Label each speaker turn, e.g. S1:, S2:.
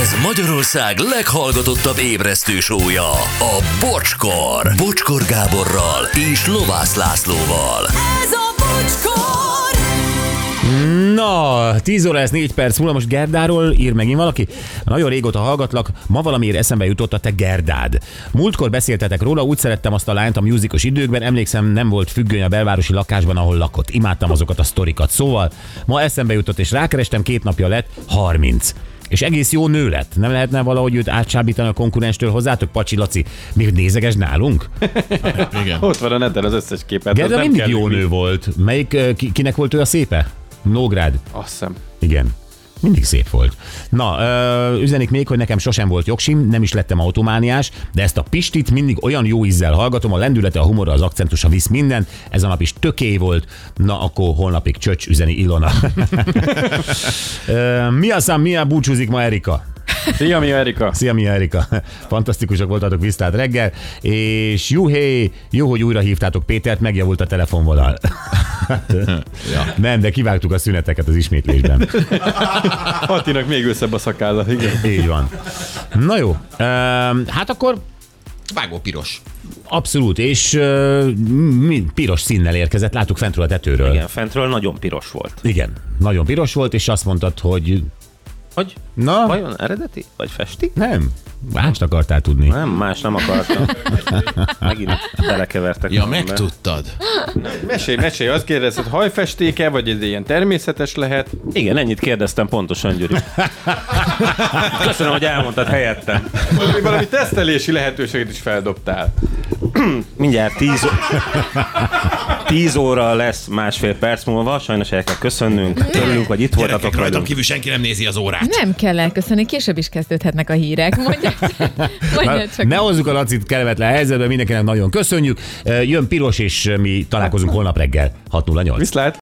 S1: Ez Magyarország leghallgatottabb ébresztő sója, a Bocskor. Bocskor Gáborral és Lovász Lászlóval.
S2: Ez a bocskor!
S3: Na, 10 óra lesz 4 perc múlva, most Gerdáról ír megint valaki. Nagyon régóta hallgatlak, ma valamiért eszembe jutott a te Gerdád. Múltkor beszéltetek róla, úgy szerettem azt a lányt a musicos időkben, emlékszem nem volt függöny a belvárosi lakásban, ahol lakott. Imádtam azokat a sztorikat. Szóval ma eszembe jutott és rákerestem, két napja lett 30. És egész jó nő lett. Nem lehetne valahogy őt átsábítani a konkurenstől hozzátok, Pacsi Laci? Mi nézeges nálunk?
S4: Igen.
S5: Ott van a neten az összes képet. Hát az
S3: Gerda
S5: nem
S3: mindig
S5: kell
S3: jó
S5: még-
S3: nő volt. Melyik, ö, ki- kinek volt ő a szépe? Nógrád.
S5: Azt hiszem.
S3: Igen. Mindig szép volt. Na, ö, üzenik még, hogy nekem sosem volt jogsim, nem is lettem automániás, de ezt a Pistit mindig olyan jó ízzel hallgatom, a lendülete, a humora, az akcentusa visz minden, ez a nap is töké volt, na akkor holnapig csöcs, üzeni Ilona. Ö, mi a szám, mi a búcsúzik ma Erika?
S5: Szia, mi Erika?
S3: Szia, mi Erika! Fantasztikusak voltatok visszát reggel, és juhé, jó, hogy újra hívtátok Pétert, megjavult a telefonvonal. ja. Nem, de kivágtuk a szüneteket az ismétlésben.
S5: Attinak még összebb a szakállat, igen.
S3: Így van. Na jó, Öm, hát akkor
S4: Vágó piros.
S3: abszolút, és ö, mi- piros színnel érkezett, láttuk fentről a tetőről.
S6: Igen, fentről nagyon piros volt.
S3: Igen, nagyon piros volt, és azt mondtad, hogy
S6: Hogy?
S3: na, Vajon?
S6: Vajon eredeti? Vagy festi?
S3: nem, mást akartál tudni.
S6: Nem, más nem akartam. Megint belekevertek.
S4: Ja,
S6: magambe.
S4: megtudtad.
S5: Mesélj, mesélj, azt kérdezed, hajfestéke, vagy ez ilyen természetes lehet?
S6: Igen, ennyit kérdeztem pontosan, Gyuri. Köszönöm, hogy elmondtad helyettem.
S5: Vagy még valami tesztelési lehetőséget is feldobtál.
S6: Mindjárt 10 10 óra lesz másfél perc múlva, sajnos el kell köszönnünk. Örülünk, hogy itt voltatok
S4: Gyerekek, rajtam
S6: velünk.
S4: kívül senki nem nézi az órát.
S7: Nem kell elköszönni, később is kezdődhetnek a hírek. Mondja, mondja
S3: Már
S7: csak.
S3: Ne hozzuk a Lacit kellemetlen helyzetbe, mindenkinek nagyon köszönjük. Ö, Jön piros, és mi találkozunk holnap reggel 6.08.
S5: Viszlát!